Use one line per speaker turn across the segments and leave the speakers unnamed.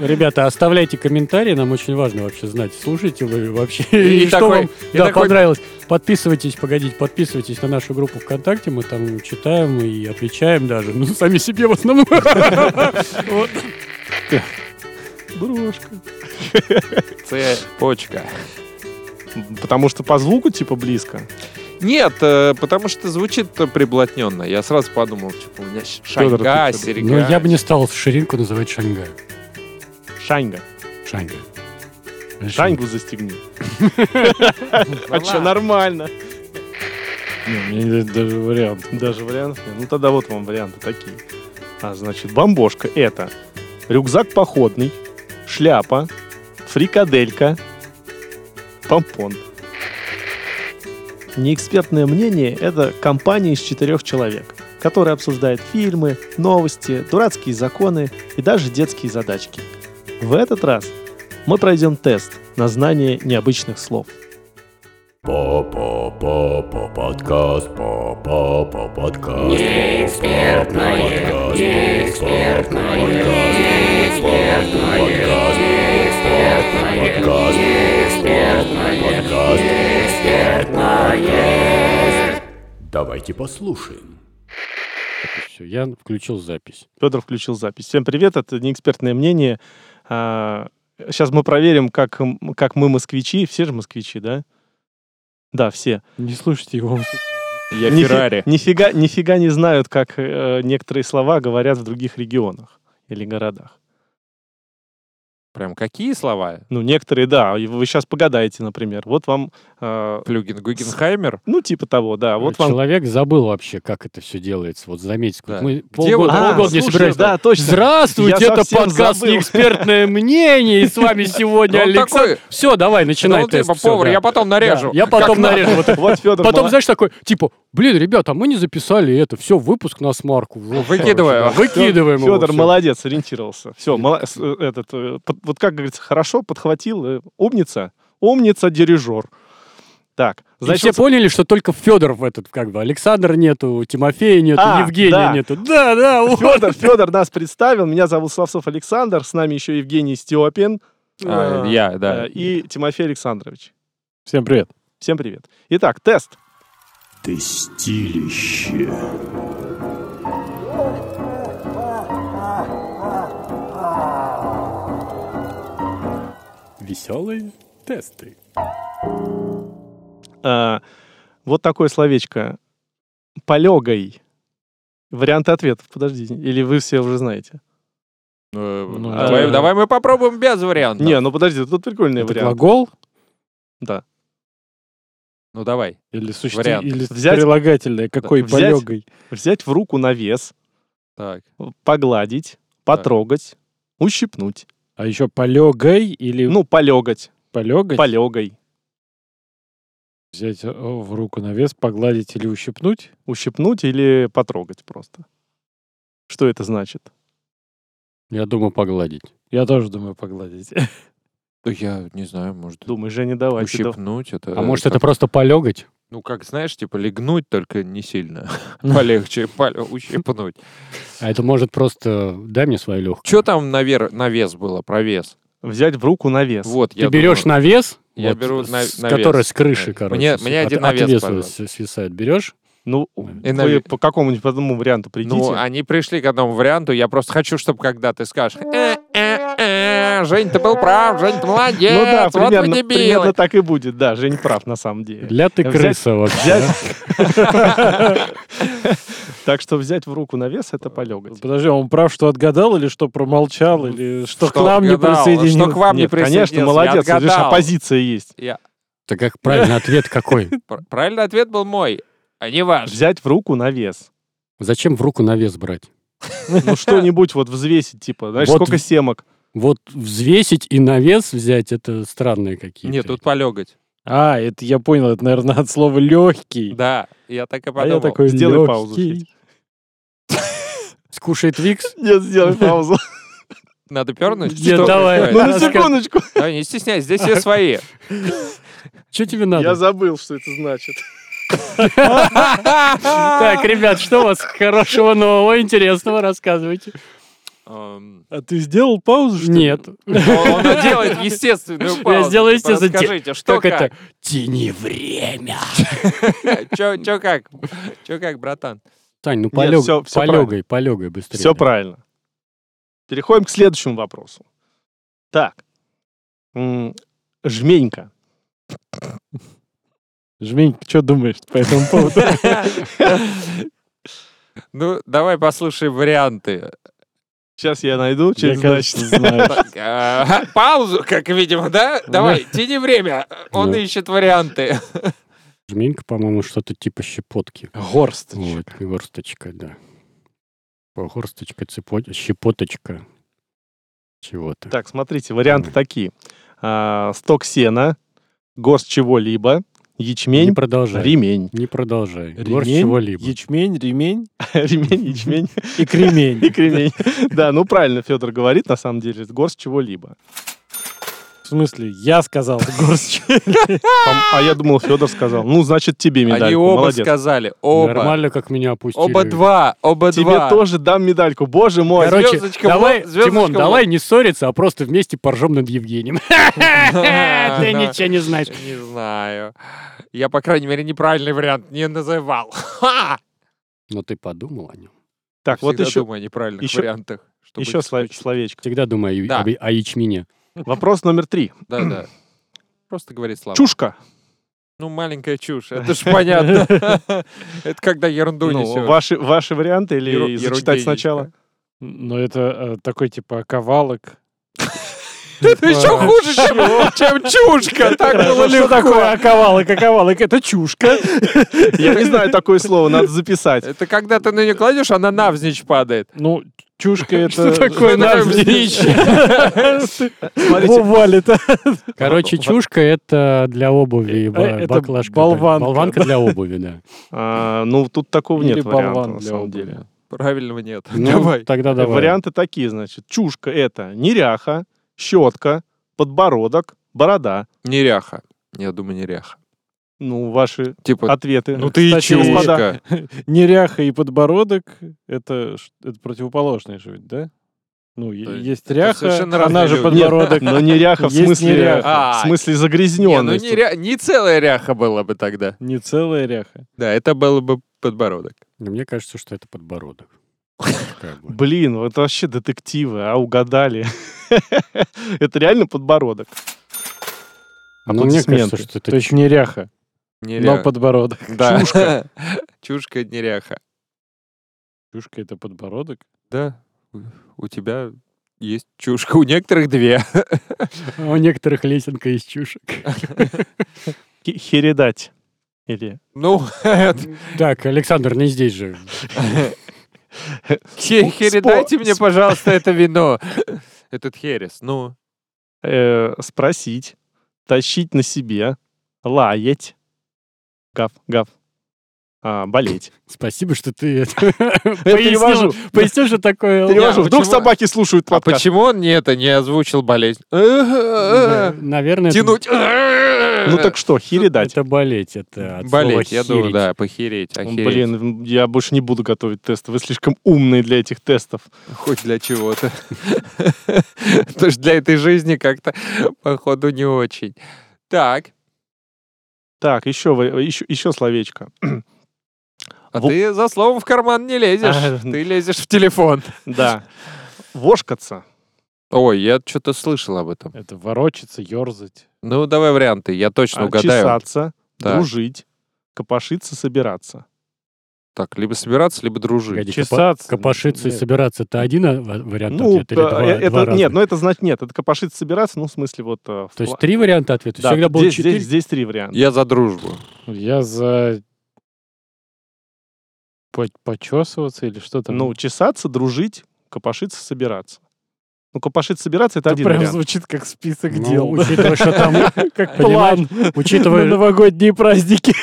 Ребята, оставляйте комментарии, нам очень важно вообще знать, слушаете вы вообще,
И
и, что
такой-
вам
и
да,
такой-
понравилось. Подписывайтесь, погодите, подписывайтесь на нашу группу ВКонтакте, мы там читаем и отвечаем даже, ну, сами себе в основном. Вот. Брошка.
Цепочка.
Потому что по звуку типа близко.
Нет, э, потому что звучит приблотненно. Я сразу подумал, типа, у меня щ-
Фёдор,
шаньга,
ты чё?
серьга.
Ну, я бы не стал ширинку называть Шанга.
Шаньга.
Шанга.
Шаньгу застегни.
Ну,
А что,
ладно.
нормально? Не, у меня нет даже вариант. Даже вариантов нет. Ну тогда вот вам варианты такие. А, значит, бомбошка это рюкзак походный, шляпа, фрикаделька, помпон. Неэкспертное мнение – это компания из четырех человек, которая обсуждает фильмы, новости, дурацкие законы и даже детские задачки. В этот раз мы пройдем тест на знание необычных слов.
По-по-по-по подкаст, по-по-по подкаст. Неэкспертное, неэкспертное, неэкспертное, подкаст, неэкспертное, подкаст, неэкспертное. Давайте послушаем.
Все, я включил запись.
Федор включил запись. Всем привет, это неэкспертное мнение. сейчас мы проверим, как, м- как мы москвичи. Все же москвичи, да? Да, все.
Не слушайте его.
Я
Нифи-
Феррари.
Нифига, нифига не знают, как э, некоторые слова говорят в других регионах или городах.
Прям какие слова?
Ну, некоторые, да. И Вы сейчас погадаете, например. Вот вам, э,
Плюгин Гугенхаймер?
ну, типа того,
А
да. Вот вам...
Человек забыл вообще, как это все делается. Вот заметьте,
Да.
мы
Где
полгода,
вот-
А,
полгода не
слушай,
собирались.
да, точно.
Здравствуйте,
Я
это
совсем
подкаст
забыл.
«Экспертное мнение», и с вами сегодня
Ну, он
Александр.
такой,
Все, давай, начинай
ну,
тест.
типа,
всё,
повар,
да.
я потом нарежу.
Да, я потом
Как надо.
нарежу. Вот.
Вот Федор,
Потом, знаешь, такой, типа, блин, ребята, а мы не записали это, все, выпуск на смарку. Вот,
Выкидываю.
короче, да, Выкидываем его.
Федор
всё.
молодец, ориентировался. Все, этот, э, под- вот как говорится, хорошо подхватил. э, Умница, умница, дирижер. Так,
И
значит,
все поняли, что только Федор в этот, как бы, Александр нету, Тимофея нету,
А,
Евгения
да.
нету. Да, да, вот.
Федор, Федор нас представил. Меня зовут Славцов Александр, с нами еще Евгений Степин
А, Я, да.
э, и Тимофей Александрович.
Всем привет.
Всем привет. Итак, тест.
Тестилище.
Веселые тесты.
Э, Вот такое словечко. Полегай. Варианты ответов, подожди, или вы все уже знаете?
Э,
Ну,
Давай
да.
давай мы попробуем без вариантов.
Не, ну подожди, тут прикольный
Это
вариант.
глагол
Ну, давай.
Или существительное,
Вариант.
или
Взять-
прилагательное, какой
взять-
полегой.
Взять в руку навес,
Так.
погладить, потрогать, ущипнуть.
А еще полегой или
Ну, полегать,
полегать,
полегай,
взять э, в руку навес, погладить или ущипнуть.
ущипнуть или потрогать просто. Что это значит?
Я думаю, погладить. А
Я тоже думаю погладить.
Да Я не знаю, может,
Думаю, Женя, давай. ты дав-
ущипнуть это.
Э,
А может,
как-
это просто полегать?
Ну, как знаешь, типа легнуть, только не сильно. Полегче, паль- ущипнуть.
А это может просто... Дай мне свою легкую.
Что там на вер- на вес было, про вес?
Взять в руку навес.
Вот,
Ты берешь навес,
Я
вот,
беру на-
с-
навес.
который с крыши,
Да.
короче.
Мне-
с-
мне
от-
один
от
навес,
веса
пожалуйста.
с- свисает. Берешь?
Ну,
И
вы
наве-
по какому-нибудь одному варианту придите.
Э, Ну, они пришли к одному варианту. Я просто хочу, чтобы когда ты скажешь, «Э, э, э, Жень, ты был прав, Жень, ты молодец,
Ну да,
вот мы
примерно, примерно
дебилы.
так и будет. Да, Женя прав на самом
Э,
деле.
Для ты
Взять-
крыса вообще.
Так что взять в руку навес — это полегать.
Подожди, он прав, что отгадал, или что промолчал, или что, к
Что
нам не
отгадал,
присоединил.
Что к вам не
Нет,
присоединился.
конечно,
я
молодец. Видишь,
отгадал.
оппозиция есть.
Так как правильный ответ какой?
Пр- Правильный ответ был мой, а не ваш.
Взять в руку навес.
Зачем в руку навес брать?
Ну, что-нибудь вот взвесить, типа, знаешь,
Вот
сколько
в-
семок.
Вот взвесить и навес взять, это странные какие-то.
Нет, тут полегать.
А, это я понял, это, наверное, от слова легкий.
Да, я так и
а я
подумал.
такой
Сделай
«Лёгкий».
паузу, Федь.
Скушай Твикс?
Нет, сделай паузу.
Надо пернуть?
Нет,
Что
давай.
происходит?
Ну, на
Раска-
секундочку.
Давай, не стесняйся, здесь все свои.
Что тебе
Я
надо?
забыл, что это значит.
Так, ребят, что у вас хорошего, нового, интересного? Рассказывайте.
Эм,
А ты сделал паузу, что ли?
Нет.
Он он делает естественную паузу.
сделаю
Типа,
естественно.
Расскажите, что
Как это?
как?
Тяни время.
Чё чё как? Чё как, братан?
Тань, ну
Нет, всё-
полег-
всё
полегай, полегай быстрее.
Все правильно. Переходим к следующему вопросу. Так. М, Жменька.
Жмень, что думаешь по этому поводу?
Ну, давай послушаем варианты.
Сейчас я найду, через
Я, кажется,
значит.
знаю.
Так, а, Паузу, как видимо, да?
Ну.
Давай, тяни время. Он
Да.
ищет варианты.
Жменька, по-моему, что-то типа щепотки.
Горст.
Вот, горсточка, да. О, Горсточка, цепо- щепоточка чего-то.
Так, смотрите, варианты такие. А, Сток сена, горсть чего-либо,
не
ячмень,
продолжай.
ремень.
Не продолжай. Горсть
Ремень,
чего-либо.
ячмень, ремень
Ремень, ячмень
и кремень.
и кремень. Да, ну правильно Федор говорит, на самом деле, горсть чего-либо.
В смысле, я сказал горст.
А а я думал, Федор сказал. Ну, значит, тебе
Они
медальку.
оба
Молодец.
сказали. Оба.
Нормально, как меня опустили.
Оба два. Оба
Тебе
два.
тоже дам медальку. Боже мой.
Короче,
Короче, Звездочка
давай,
в лоб, звездочка
Тимон,
в лоб.
давай не ссориться, а просто вместе поржем над Евгением.
Да,
Ты
да.
ничего не знаешь.
Не знаю. Я, по крайней мере, неправильный вариант не называл. Ха!
Но ты подумал о нем.
Так, вот
Всегда
еще
думаю о неправильных
еще-
вариантах. чтобы
еще
их
сло-
исключить.
словечко.
Всегда думаю о ю-
Да.
об- о ячмене.
Вопрос номер три.
Да, да. Просто говори слова.
Чушка.
Ну, маленькая чушь. Это ж понятно. Это когда ерунду
Ну,
несешь.
ваши, ваши варианты или
Еру-
зачитать
ерудеечка.
сначала?
Но это э, такой типа ковалок.
Это еще хуже, чем- чем чушка. Так было
Что такое
легко.
оковалок? Оковалок это чушка.
Я не знаю такое слово, надо записать.
Это когда ты на нее кладешь, она навзничь падает.
Ну, чушка это...
Что такое навзничь?
Смотрите,
Валит.
Короче,
Во-
чушка — это для обуви,
Э,
ба-
это
баклажка. да.
болванка.
Болванка для обуви, да.
а, ну тут такого
Или
нет варианта
болван
на
для
самом
обуви.
деле. Э,
Правильного нет.
Ну,
Давай.
Тогда давай.
Варианты такие, значит. Чушка это неряха, щетка, подбородок, борода.
Неряха. Я думаю, неряха.
Ну, ваши
Типа,
ответы.
Ну ты и
Кстати, господа,
чушка.
Неряха и подбородок — это, ш- это противоположные же ведь, да? Ну, е-
Да,
есть
это
ряха,
совершенно разные
она же
люди.
подбородок.
Но неряха в
Есть
смысле,
неряха.
в
А,
смысле
не, ну
загрязненность.
не, ря- не целая ряха была бы тогда.
Не целая ряха.
Да, это было бы подбородок.
Ну, Мне кажется, что это подбородок. Как бы.
Блин, вот вообще детективы, а угадали. Это реально подбородок.
Но мне кажется,
аплодисменты.
что
То
это
есть неряха, но
Неряха.
подбородок.
Да. Чушка. Чушка, неряха.
Чушка — это подбородок?
Да, у- у тебя есть чушка. У некоторых две.
ч- у некоторых лесенка из чушек.
Хе- Хередать. Или
Ну, это-
Так, Александр, не здесь же.
хе-
Спо-
херидайте мне,
спо-
пожалуйста, это вино. Этот херес. Ну,
э, спросить, тащить на себе, лаять, гав, гав, а, болеть.
Спасибо, что ты это
перевожу.
пояснил, пояснил, что такое.
Перевожу.
а
Вдруг
почему-
собаки слушают
а
подкаст.
почему он не это не озвучил болезнь? Тянуть.
Наверное, это-
Ну так что, хередать.
это болеть, это от слова
Болеть, я думаю,
херить.
да, похереть, А охереть.
Блин, я больше не буду готовить тесты. Вы слишком умные для этих тестов.
Хоть для чего-то. Потому что для этой жизни как-то, походу, не очень. Так,
Так, еще, ва- еще, еще словечко.
а
Во-
ты за словом в карман не лезешь.
А,
Ты лезешь в телефон.
Да. Вошкаться.
Ой, я что-то слышал об этом.
Э,
Это ворочаться, ерзать.
Ну, давай варианты, я точно
а,
угадаю.
Чесаться,
Так.
дружить, копошиться, собираться.
Так, либо собираться, либо дружить.
Погоди, копа-
Чесаться,
Копошиться и
нет.
собираться это один а, ва- вариант
ну,
ответа или
э,
два,
это,
два разных?
нет, ну это значит нет. Это копошиться, собираться, ну в смысле вот... э, в
То есть
пла-
три варианта ответа.
Да,
Всегда было
здесь,
четыре.
здесь, здесь три варианта.
Я за дружбу.
Я за... по- Почесываться или что там?
Ну, чесаться, дружить, копошиться, собираться. Ну, копошиться, собираться — это
это
один
прям
вариант.
звучит как список
Ну,
дел.
учитывая, что там,
Как
понимаешь,
план на
учитывая,
новогодние праздники.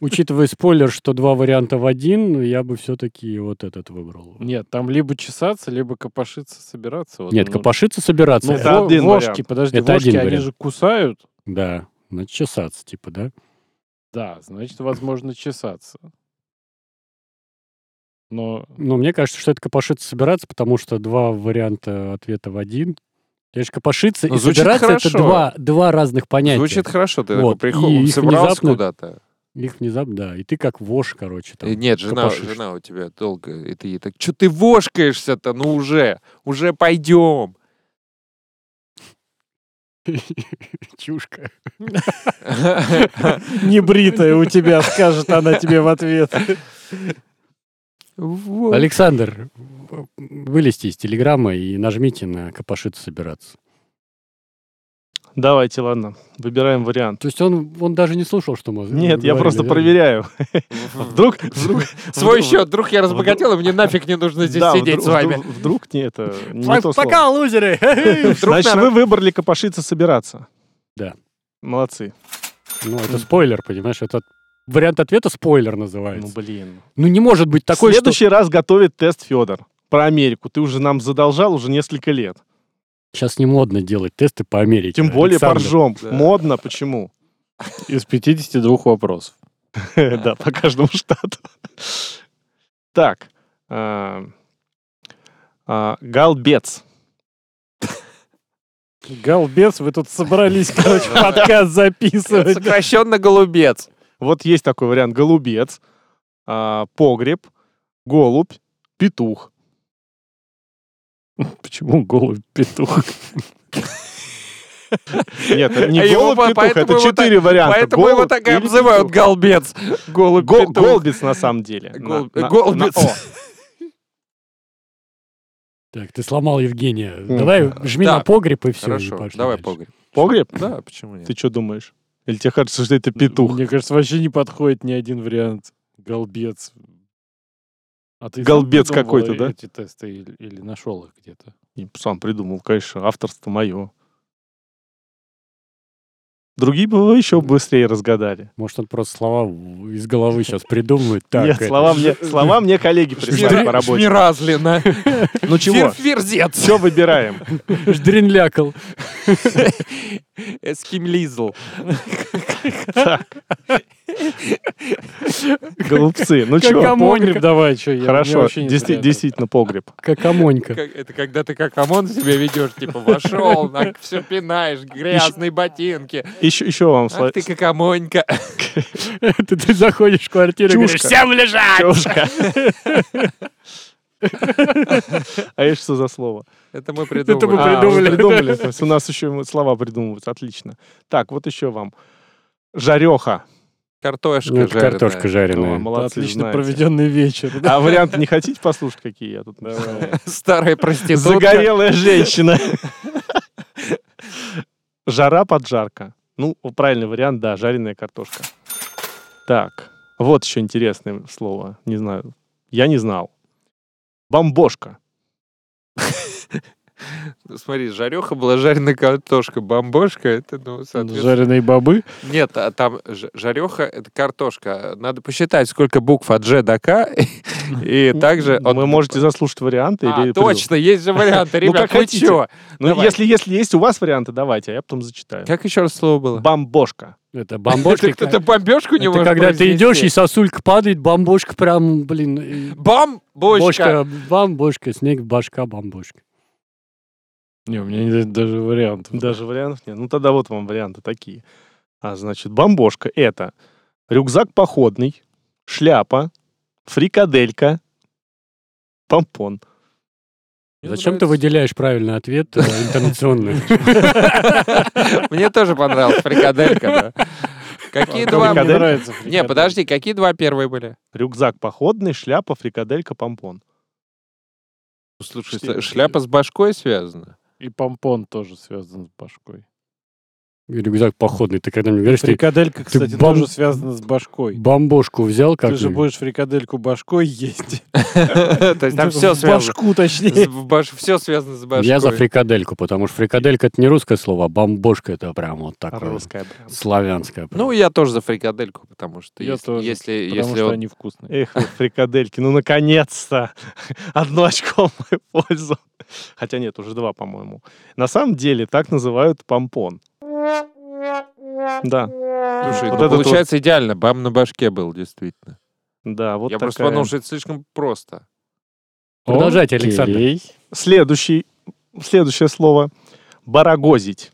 учитывая спойлер, что два варианта в один, я бы все-таки вот этот выбрал.
Ну,
Нет, там либо чесаться, либо копошиться, собираться. Вот,
Нет,
ну,
копошиться, собираться.
Ну,
это-
да.
во-
один
вошки,
вариант.
подожди,
Это
вошки,
один
они
вариант.
же кусают.
Да, значит, чесаться, типа, да?
Да, значит, возможно, чесаться. Но
Ну, мне кажется, что это копошиться собираться, потому что два варианта ответа в один. Конечно, копошиться
Ну,
и
звучит
собираться
хорошо.
это два, два разных понятия.
Звучит хорошо, ты
Вот,
такой
и
приход,
их
собрался
внезапно-
куда-то.
Их внезапно, да. И ты как вошь, короче, там.
Э, Нет, жена,
копошишь.
жена у тебя долго, и ты ей так, что ты вошкаешься-то, ну уже, уже пойдем.
Чушка.
небритая у тебя, скажет она тебе в ответ.
Вот.
Александр, вылезьте из телеграмма и нажмите на копошиться собираться.
Давайте, ладно, выбираем вариант.
То есть он, он даже не слушал, что мы
Нет, я
говорили,
просто
верно?
проверяю. Вдруг, вдруг,
Свой
вдруг-
счет, вдруг я разбогател, и мне нафиг не нужно здесь
да,
сидеть
вдруг-
с вами.
Вдруг, вдруг не это, не
Фак-
то слово.
Пока, лузеры!
Вдруг
Значит,
народ-
вы выбрали копошиться собираться.
Да.
Молодцы.
Ну, это спойлер, понимаешь? Этот вариант ответа спойлер называется.
Ну, блин.
Ну, не может быть такой,
в
что...
следующий раз готовит тест Федор про Америку. Ты уже нам задолжал уже несколько лет.
Сейчас не модно делать тесты по Америке.
Тем более
Александр.
поржем.
Э, Да.
Модно, почему?
Из 52 вопросов.
Да, по каждому штату. Так. а, а, Галбец.
Голбец, вы тут собрались, короче, подкаст записывать.
Сокращенно голубец.
Вот есть такой вариант. Голубец, а, погреб, голубь, петух.
Почему голубь петух?
Нет, это не
А его
голубь,
по-
петух.
поэтому
Это
его
четыре варианта.
Поэтому его
Голубь
так и
или
обзывают
петух.
голбец. Голубь,
Гол-
петух.
Голбец на самом деле. На-
Голубь-
на-
голубец.
на О.
Так, ты сломал Евгения. Давай жми
да.
на погреб и все.
Хорошо, давай погреб.
Погреб?
Да, почему нет?
Ты что думаешь? Или тебе кажется, что это петух?
Мне кажется, вообще не подходит ни один вариант. Голбец. А ты сам
Голбец
придумал
какой-то, да?
Эти тесты или, нашел их где-то.
И Сам придумал, конечно, авторство мое. Другие бы вы еще быстрее разгадали.
Может, он просто слова в- из головы сейчас придумывает. Так,
Нет,
это-
слова мне, слова мне коллеги прислали
Жмир-
по работе.
Жмиразлина.
Ну чего?
Ферзец.
Все выбираем.
Ждринлякал.
Эскимлизл.
Голубцы. Ну
Как
чего?
ам- Амонька.
Погреб давай, что я...
Хорошо.
мне вообще не
Действи-
понятно.
Действительно, погреб.
Как Амонька.
Как- Это когда ты как ОМОН себя ведешь, типа вошел, все пинаешь, грязные ботинки.
Еще, еще вам
Ах
А
сло-
ты как ОМОНька.
Это ты заходишь в квартиру и говоришь,
Чушка.
всем лежать!
Чушка. А это что за слово?
Это мы
Это мы
придумали.
А,
придумали.
вы придумали. То есть у нас еще слова придумываются. Отлично. Так, вот еще вам. Жареха.
Картошка
Ну, это
жареная.
картошка
О,
жареная.
Это
Молодцы,
отлично
знаете.
проведенный вечер.
А варианты не хотите послушать, какие я тут
Давай.
Старая проститутка.
Загорелая женщина. Жара, поджарка. Ну, правильный вариант, да, жареная картошка. Так, вот еще интересное слово. Не знаю, я не знал. Бомбошка.
Смотри, жареха была жареная картошка, бомбошка, это, ну, соответственно...
Жареные бобы.
Нет, а там ж- жареха — это картошка. Надо посчитать, сколько букв от Ж до К, и также... от-
Вы можете заслушать варианты.
А,
или придумать.
точно, есть же варианты,
Ну,
ребят,
как
вы
хотите.
чё?
Ну,
Давай.
если, если есть у вас варианты, давайте, а я потом зачитаю.
Как еще раз слово было?
Бомбошка.
Это
Это
бомбошка.
кто-то бомбежку не
Это
может
когда ты
произнести?
идешь, и сосулька падает, бомбошка прям, блин, э, и-
Бомбочка!
Бошка, бомбошка, снег, башка, бомбошка.
Не, у меня нет даже вариантов.
Даже вариантов нет. Ну, тогда вот вам варианты такие. А, значит, бомбошка — это рюкзак походный, шляпа, фрикаделька, помпон.
Мне
Зачем ты
нравится.
выделяешь правильный ответ э, интонационный?
Мне тоже понравилась фрикаделька, да. Какие
Кому
два...
не
Фрикадель?
нравится
Не,
фрикадель?
подожди, какие два первые были?
Рюкзак походный, шляпа, фрикаделька, помпон.
Ну, Слушай,
Четыре.
с- шляпа с башкой связана?
И помпон тоже связан с башкой.
Рюкзак походный. Ты когда мне говоришь, ты
Фрикаделька, кстати,
бом-
тоже связана с башкой.
бомбошку взял
Ты
как
же будешь фрикадельку башкой есть.
То
Ну,
есть там все
В
связано.
Башку, точнее.
Все связано с башкой.
Я за фрикадельку, потому что фрикаделька это не русское слово, а бомбошка это прям вот такое
Русская. бра-
славянское. прям.
Ну, я тоже за фрикадельку, потому что
Я
если,
тоже,
если,
Потому
если
что
вот-
они вкусные.
Эх, вы фрикадельки, ну, наконец-то! Одно очко в мою пользу. Хотя нет, уже два, по-моему. На самом деле так называют помпон. Да,
Слушай,
Вот
ну,
это вот-
получается идеально, бам на башке был, действительно.
Да, вот
Я
такая.
просто подумал, что это слишком просто.
Продолжайте, Александр.
Окей.
Следующий, следующее слово. Барагозить.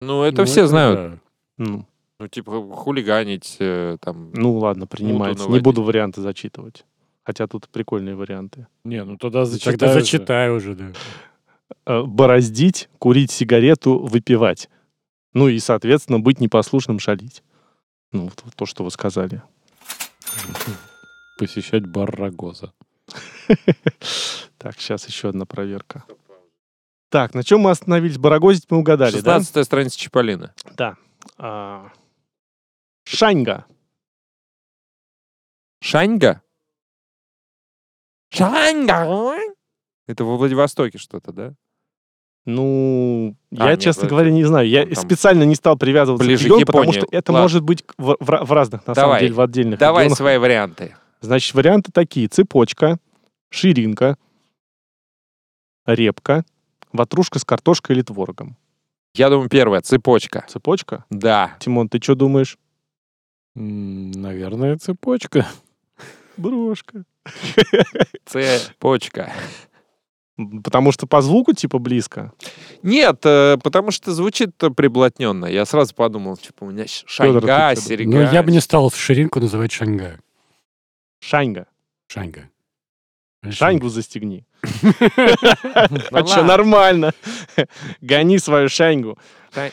Ну, это
Ну,
все знают.
да.
Ну,
Ну, типа, хулиганить, э, там,
ну ладно, принимается. Не
наводить.
буду варианты зачитывать. Хотя тут прикольные варианты.
Не, ну тогда зачитай.
Тогда зачитай уже, да. Ну,
Э, Бороздить, курить сигарету, выпивать. Ну и, соответственно, быть непослушным, шалить. Ну, вот то, что вы сказали.
Посещать бар Рогоза.
Так, сейчас еще одна проверка. Так, на чем мы остановились? Барагозить мы угадали, да?
16 страница Чиполлина.
А, Шаньга.
Шаньга? Шаньга! Это во Владивостоке что-то, да?
Ну,
А,
я,
нет,
честно
это-
говоря, не знаю. Я
там
специально не стал привязываться
ближе
к
к
региону, потому
Японии.
что это
Ладно.
может быть в, в- в разных, на
Давай.
самом деле, в отдельных
Давай
регионах.
свои варианты.
Значит, варианты такие. Цепочка, ширинка, репка, ватрушка с картошкой или творогом.
Я думаю, первое, цепочка.
Цепочка?
Да.
Тимон, ты что думаешь?
М, Наверное, цепочка.
Брошка.
Цепочка.
Потому что по звуку типа близко.
Нет, э, потому что звучит приблотненно. Я сразу подумал, типа, у меня щ-
Фёдор, ты
шаньга,
чё?
серега.
Ну, я бы не стал ширинку называть Шанга.
Шаньга.
Шанга.
Шаньгу застегни. А
Ну
что,
ладно.
нормально. Гони свою шаньгу.
Шань-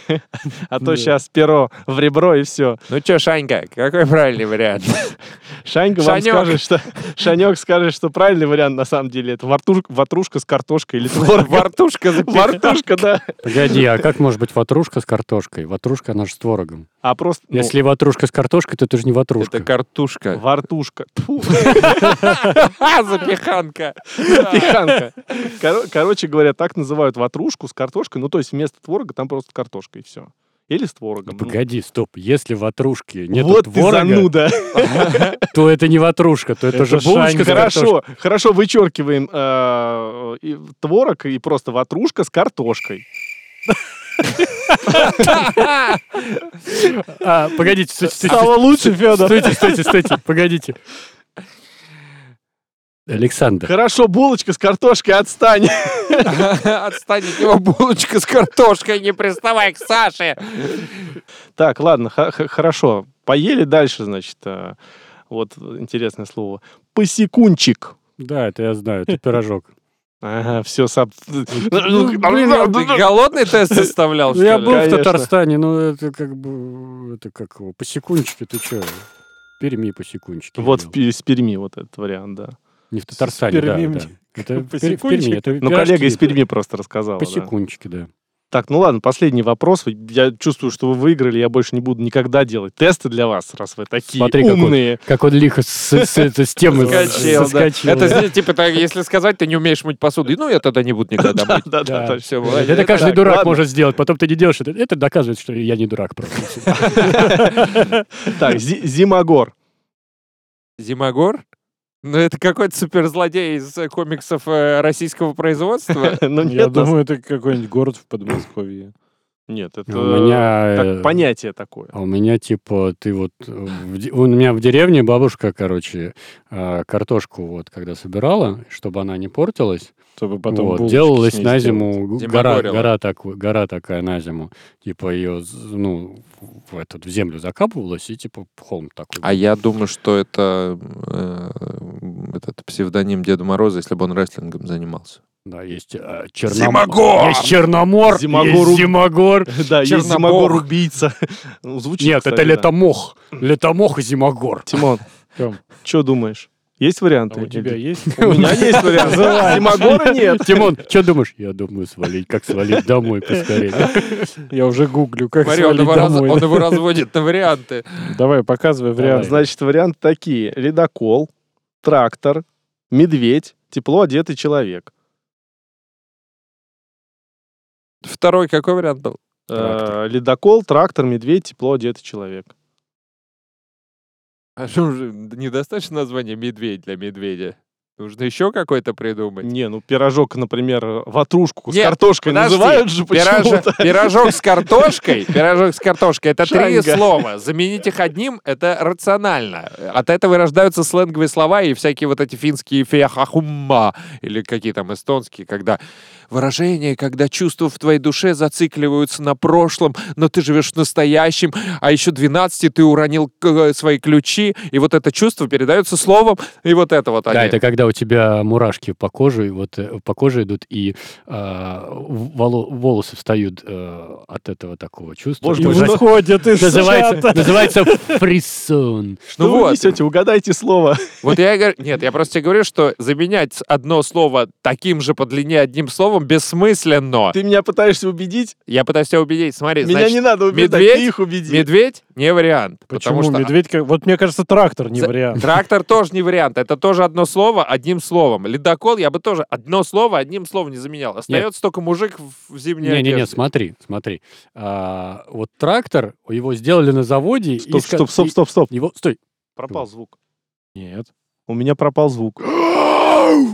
А
Да.
то сейчас перо в ребро и все.
Ну что, Шанька, какой правильный вариант?
Шанька вам
Шанёк.
скажет, что... Шанек скажет, что правильный вариант на самом деле это вартуш- ватрушка с картошкой или творогом.
Вартушка запи-
Вартушка, да.
Погоди, а как может быть ватрушка с картошкой? Ватрушка, она же с творогом.
А просто... ну,
Если ватрушка с картошкой, то это же не ватрушка.
Это картушка.
Вартушка. Тьфу,
А, запиханка.
пиханка. Коро- Короче говоря, так называют ватрушку с картошкой. Ну, то есть вместо творога там просто картошка и все. Или с
Ну,
творогом. Ну,
Погоди, стоп. Если ватрушки нет
вот ты
творога,
зануда.
то это не ватрушка, то это,
Это
же булочка
шаньга.
с картошкой.
Хорошо, хорошо, вычеркиваем э, и творог и просто ватрушка с картошкой.
А, погодите, стойте, стойте,
Стало лучше,
стойте,
Федор.
стойте, стойте, стойте, погодите. Александр,
Хорошо, булочка с картошкой, отстань.
Отстань от него, булочка с картошкой, не приставай к Саше.
Так, ладно, х- х- хорошо. Поели дальше, значит. э, Вот интересное слово. Посекунчик.
да, это я знаю, это пирожок.
Ага, все. Сап...
Ну,
А Ты голодный тест составлял,
Я
что
был
ли?
в
Конечно.
Татарстане, но это как бы, это как, его, по секундочке, ты чё? В Перми по секундочке.
Вот в
ел.
Пи- с Перми вот этот вариант, да.
Не в Татарстане, да,
Перми
да. Это в
по
Пер- в Перми, это
Ну,
пирожки
коллега из Перми просто рассказал.
По секундочке, да.
Так, ну ладно, последний вопрос. Я чувствую, что вы выиграли, я больше не буду никогда делать тесты для вас, раз вы такие
Смотри, какой.
умные.
Как он лихо с, с- это- с темы
Соскочил, да.
соскочил.
Это знаете, типа, так, если сказать, ты не умеешь мыть посуду. И, Ну, я тогда не буду никогда мыть.
Да.
Да, да, да.
Все,
Это, каждый
так,
дурак
ладно.
может сделать, потом ты не делаешь это. Это доказывает, что я не дурак просто.
Так, Зи- Зимогор.
Зимогор? Ну, это какой-то суперзлодей из э, комиксов э, российского производства.
Ну
Я
нет, нас-
думаю, это какой-нибудь город в Подмосковье.
нет, это
У меня...
так,
э,
понятие такое.
А у меня типа ты вот э, в де- у меня в деревне бабушка, короче, э, картошку вот когда собирала, чтобы она не портилась,
Чтобы потом
вот,
булочки с
делалась
ней
на
сделать.
зиму г- гора,
Зимогорила.
гора, так, гора такая на зиму, типа ее ну в этот в землю закапывалась и типа холм такой.
А я думаю, что это э, этот псевдоним Деда Мороза, если бы он рестлингом занимался.
Да, есть э, черном-
Зимогор!
есть Черномор,
Зимогор
есть
у-
Зимогор.
Да, есть
Чернобог.
Зимогор убийца. Ну, звучит,
Нет,
кстати,
это
да.
летомох, летомох и Зимогор.
Тимон,
Тём,
что думаешь? Есть варианты?
а у тебя
Или-
есть?
У меня есть варианты. Зимогора нет.
Тимон, что думаешь? Я думаю свалить, как свалить домой поскорее.
Я уже гуглю, как
Смотри, он
свалить
его, раз-
домой.
он его разводит на варианты.
Давай, показывай вариант.
Значит, варианты такие. Ледокол, трактор, медведь, тепло одетый человек.
Второй какой вариант был?
Э, Ледокол, трактор, медведь, тепло одетый человек.
А что же, недостаточно названия медведь для медведя? Нужно еще какой-то придумать.
Не, ну пирожок, например, ватрушку с
Нет,
картошкой
подожди,
называют же
Пирож-
почему-то.
Пирожок с картошкой. Пирожок с картошкой. Это три
Шанга.
слова. Заменить их одним — это рационально. От этого и рождаются сленговые слова и всякие вот эти финские фехахумма или какие там эстонские, когда выражения, когда чувства в твоей душе зацикливаются на прошлом, но ты живешь в настоящем, а еще 12 ты уронил к- свои ключи, и вот это чувство передается словом, и вот это вот
Да,
они.
это когда у тебя мурашки по коже, и вот э, по коже идут, и а, в- воло- волосы встают э, от этого такого чувства.
Боже
И
мой,
назва-
что-
Ходят из
называется, называется фрисон.
Что
Ну
вы
вот.
несете? Угадайте слово.
Вот я и говорю, нет, я просто тебе говорю, что заменять одно слово таким же по длине одним словом бессмысленно.
Ты меня пытаешься убедить?
Я пытаюсь тебя убедить. Смотри,
Меня
А. значит,
не надо убеждать,
медведь,
ты их убеди.
медведь не вариант.
Почему
потому что
медведь? как- Вот мне кажется, трактор не
За-
вариант.
трактор тоже не вариант. Это тоже одно слово одним словом. Ледокол я бы тоже одно слово одним словом не заменял. Остается только мужик в в зимней
Не-не-не,
одежде.
смотри, смотри. А, вот трактор, его сделали на заводе. и
Стоп,
ска-
стоп, стоп,
и-
стоп, стоп.
Его, стой.
Пропал звук.
Нет.
У меня пропал звук.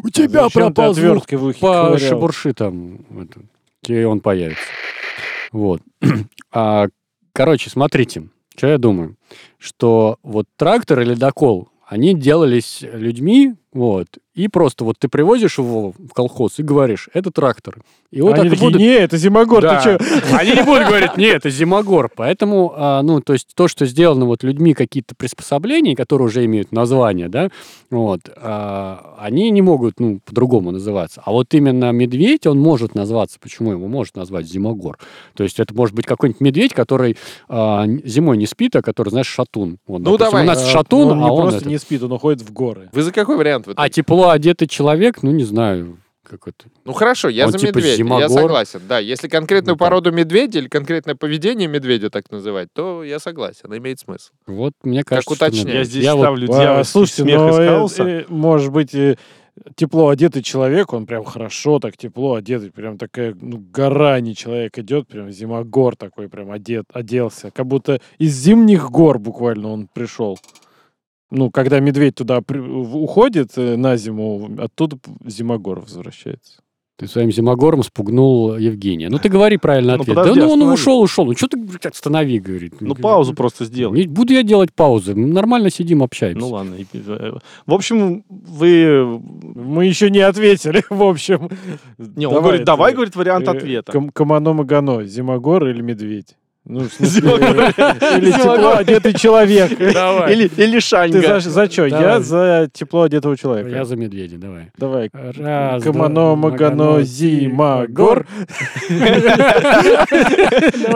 У тебя
Зачем ты
пропал звук
отверткой в ухе
по
ковырял?
шебурши там, это, и он появится. Вот. А, короче, смотрите, что я думаю, что вот трактор и ледокол, они делались людьми, вот, и просто вот ты привозишь его в колхоз и говоришь, это трактор. И вот
Они
так и
такие,
будут.
не, это Зимогор,
Да.
ты что?
Они не будут говорить, нет, это зимогор. Поэтому, а, ну, то есть то, что сделано вот людьми какие-то приспособления, которые уже имеют название, да, вот, а, они не могут, ну, по-другому называться. А вот именно медведь, он может назваться, почему его может назвать зимогор? То есть это может быть какой-нибудь медведь, который а, н- зимой не спит, а который, знаешь, шатун. Вот,
Ну,
допустим,
давай.
У нас шатун,
Э, он
а
не
он
просто
этот.
не спит, он уходит в горы.
Вы за какой вариант? в итоге?
А тепло одетый человек, ну, не знаю, какой-то.
Ну хорошо, я
Он
за
типа
медведя, я
зимогор.
согласен. Да, если конкретную
Ну, там.
породу медведя или конкретное поведение медведя так называть, то я согласен, имеет смысл.
Вот, мне кажется, что
уточнять.
надо.
Я здесь
Я вот
ставлю
А,
дьявольский
слушайте,
смех
но,
из
э,
хаоса.
э, может быть, э, тепло одетый человек, он прям хорошо так тепло одетый, прям такая, ну, гора не человек идет, прям зимогор такой прям одет, оделся, как будто из зимних гор буквально он пришел. Ну, когда медведь туда при- в- уходит э, на зиму, оттуда п- зимогор возвращается.
Ты своим зимогором спугнул Евгения. Ну ты говори правильно
Ну,
ответ.
подожди,
да ну он
останови.
ушел, ушел. Ну что ты блядь, останови, говорит.
Ну, паузу просто сделай.
Не Буду я делать паузы. Нормально сидим, общаемся.
Ну, ладно. и- э, В общем, вы...
Мы еще не ответили, в общем.
Не, он говорит, давай,
это-
говорит, вариант
Э,
ответа.
Кам- Камано Магано, Зимогор или Медведь? Ну, в смысле,
Зимогор.
э, Или тепло
Зимогор.
одетый человек.
Давай.
Или, или
Ты
Шаньга.
за, за чё? Я
Давай.
за тепло одетого человека.
я за медведя, давай.
Давай.
Раз,
Камано,
два,
Магано, Зимогор.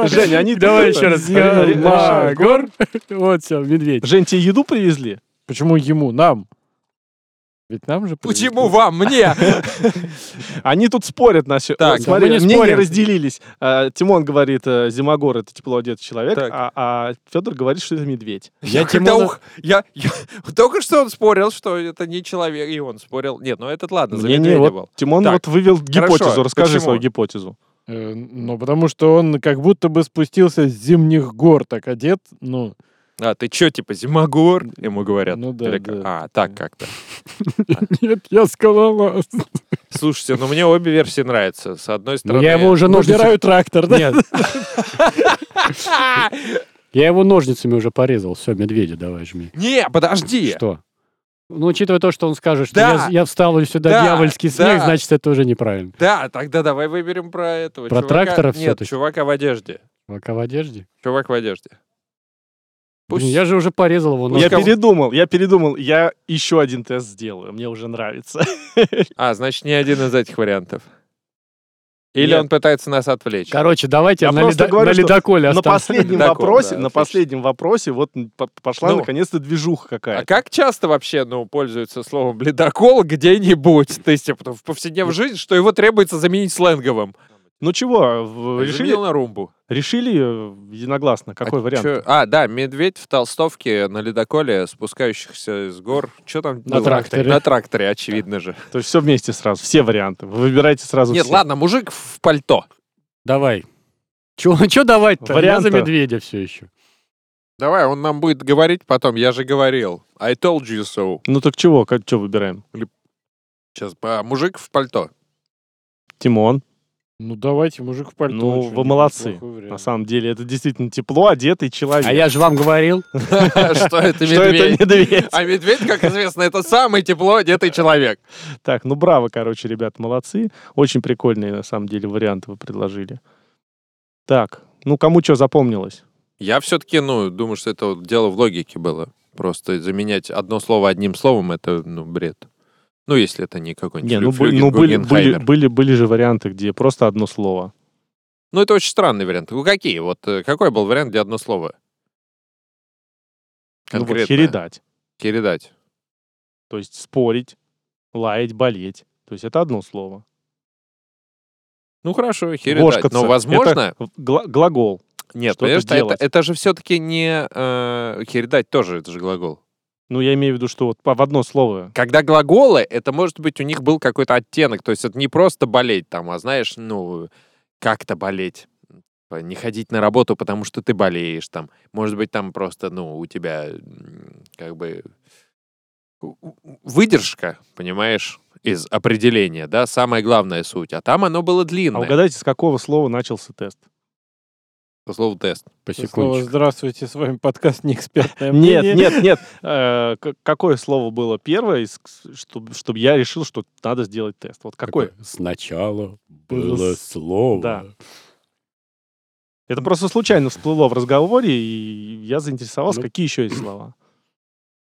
Женя, они...
Давай еще раз.
Зима,
Зимогор. Вот все, медведь.
Жень, тебе еду привезли?
Почему ему? Нам. Ведь нам же... привезли.
Почему вам, мне?
Они тут спорят наши.
Так, а
Вот смотри,
мы не
мнения
спорим.
разделились. Э, Тимон говорит, э, Зимогор — это тепло одетый человек,
Так.
а, Федор говорит, что это медведь.
Я
Когда
Тимона-
ух- я- я- Только что он спорил, что это не человек, и он спорил. Нет, ну этот ладно, за
Мнение
медведя
вот-
был.
Тимон
Так,
вот вывел
хорошо,
гипотезу. Расскажи
почему?
свою гипотезу.
Э, Ну, потому что он как будто бы спустился с зимних гор, так одет. Ну,
А, ты чё, типа, зимогор? Ему говорят.
Ну да,
Или как?
да.
А, так как-то.
Нет, я скалолаз.
Слушайте, ну мне обе версии нравятся. С одной
Ну,
стороны...
я его уже ножницами...
набираю трактор, да?
Нет. Я его ножницами уже порезал. Все, медведя давай жми.
Не, подожди.
Что? Ну, учитывая то, что он скажет, что
Да.
я, я вставлю сюда
Да,
дьявольский смех,
да.
значит, это уже неправильно.
Да, тогда давай выберем про этого.
Про
чувака.
трактора
Нет,
всё-таки.
чувака в одежде.
Пока в одежде.
Чувак в одежде. Пусть...
Блин, я же уже порезал его.
Ну,
я
ножом.
кого-
передумал, я передумал. Я еще один тест сделаю. Мне уже нравится.
А, значит, не один из этих вариантов. Или
Нет.
он пытается нас отвлечь.
Короче, давайте
Я
я на,
просто
ледо-
говорю,
на
что
ледоколе
На
останусь.
последнем
Такого,
вопросе,
да,
на
отлично.
последнем вопросе вот м, по- пошла
Ну.
наконец-то движуха
А
какая-то.
как часто вообще, ну, пользуются словом ледокол где-нибудь? То есть типа, в повседневной жизни, что его требуется заменить сленговым.
Ну чего, в- решили,
Заменил на румбу.
решили э, единогласно, какой
А
вариант?
чё- А, да, медведь в толстовке на ледоколе, спускающихся с гор. Что там?
На
было?
тракторе.
На тракторе, очевидно же.
То есть все вместе сразу, все варианты. Вы выбираете сразу
Нет,
все.
ладно, мужик в пальто.
Давай. Чё, чё давать-то? Я за
Варианта.
медведя все еще.
Давай, он нам будет говорить потом, я же говорил. I told you so.
Ну так чего, как, что выбираем?
Сейчас а, мужик в пальто.
Тимон,
Ну, давайте, мужик в пальто.
Ну,
чё,
вы молодцы.
неплохой вариант.
на самом деле, это действительно тепло одетый человек.
А я же вам говорил.
Что это
Что это
медведь?
медведь?
А медведь, как известно, это самый тепло одетый человек.
Так, ну браво, короче, ребят, молодцы. Очень прикольные, на самом деле, варианты вы предложили. Так, ну кому что запомнилось?
Я все-таки, ну, думаю, что это вот дело в логике было. Просто заменять одно слово одним словом — это, ну, бред. Ну, если это не какой-нибудь
Не, ну,
Флю-
бы-
Флюгер
ну, были, были,
Гугенхаймер.
были, были же варианты, где просто одно слово.
Ну, это очень странный вариант. Ну, какие? Вот э, какой был вариант, где одно слово?
Ну, вот,
Конкретно.
херидать.
Передать.
То есть спорить, лаять, болеть. То есть это одно слово.
Ну, хорошо, херидать.
Вошкаться.
Но, возможно...
Это гла- глагол.
Нет,
что-то
понимаешь, это- это,
делать.
это же все-таки не... э, херидать тоже, это же глагол.
Ну, я имею в виду, что вот по- в одно слово.
Когда глаголы, это, может быть, у них был какой-то оттенок. То есть это не просто болеть там, а, знаешь, ну, как-то болеть. Типа, Не ходить на работу, потому что ты болеешь там. Может быть, там просто, ну, у тебя м, как бы у- у- выдержка, понимаешь, из определения, да, самая главная суть. А там оно было
А
длинное.
угадайте, с какого слова начался тест?
По слову тест.
По
Снова
секундочку.
здравствуйте, с вами подкаст «Неэкспертное
Нет,
мнение».
нет, нет. Э, к- Какое слово было первое, чтобы я решил, что надо сделать тест? Вот какое?
Сначала
Было
было
с-
слово.
да. Это просто случайно всплыло в разговоре, и я заинтересовался,
Ну.
какие еще есть слова.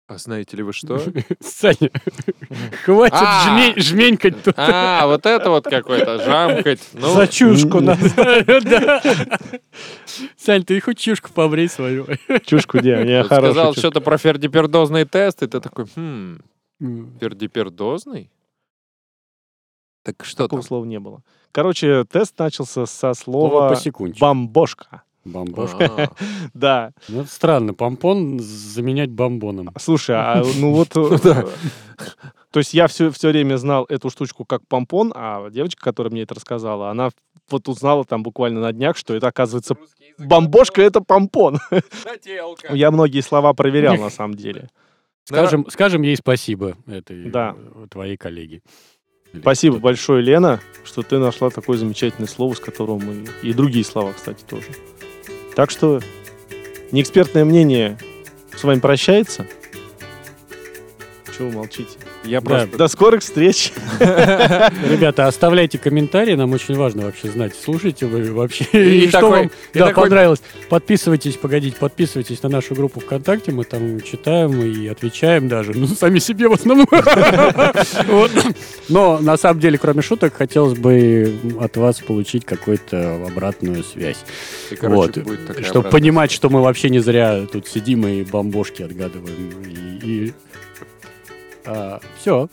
А знаете ли вы что?
Саня, хватит
А.
жме- жменькать тут.
А, вот это вот какой-то, жамкать. Ну,
За чушку
м,
нас.
Да. Сань, ты хоть чушку побрей свою.
Чушку, не, у меня
Тут сказал
хорошая чушка.
что-то про фердипердозный тест, и ты такой, хм, фердипердозный? Так что
Такого
там?
слова не было. Короче, тест начался со
Слово
слова
по секундочку.
«бомбошка».
Бомбош.
А,
Да.
Ну, это странно, помпон заменять бомбоном.
Слушай, а ну вот... э, То есть я все, все время знал эту штучку как помпон, а девочка, которая мне это рассказала, она вот узнала там буквально на днях, что это, оказывается, бомбошка — это помпон.
Хотелка.
Ну, Я многие слова проверял на самом деле.
Скажем, скажем ей спасибо, этой
Ну, Да.
э, твоей коллеге. Или
Спасибо
кто-то.
большое, Лена, что ты нашла такое замечательное слово, с которым мы... И другие слова, кстати, тоже. Так что неэкспертное мнение с вами прощается. Чего вы молчите?
Я
Да.
просто...
До скорых встреч!
Ребята, оставляйте комментарии, нам очень важно вообще знать, слушаете вы вообще,
И
и, что
такой-
вам
и
да,
такой-
понравилось. Подписывайтесь, погодите, подписывайтесь на нашу группу ВКонтакте, мы там читаем и отвечаем даже, ну, сами себе в основном. Вот. Но, на самом деле, кроме шуток, хотелось бы от вас получить какую-то обратную связь.
И, короче,
Вот.
будет такая
Чтобы
обратная
понимать, что мы вообще не зря тут сидим и бомбошки отгадываем. И, а, все.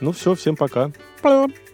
Ну все, всем пока.
связь.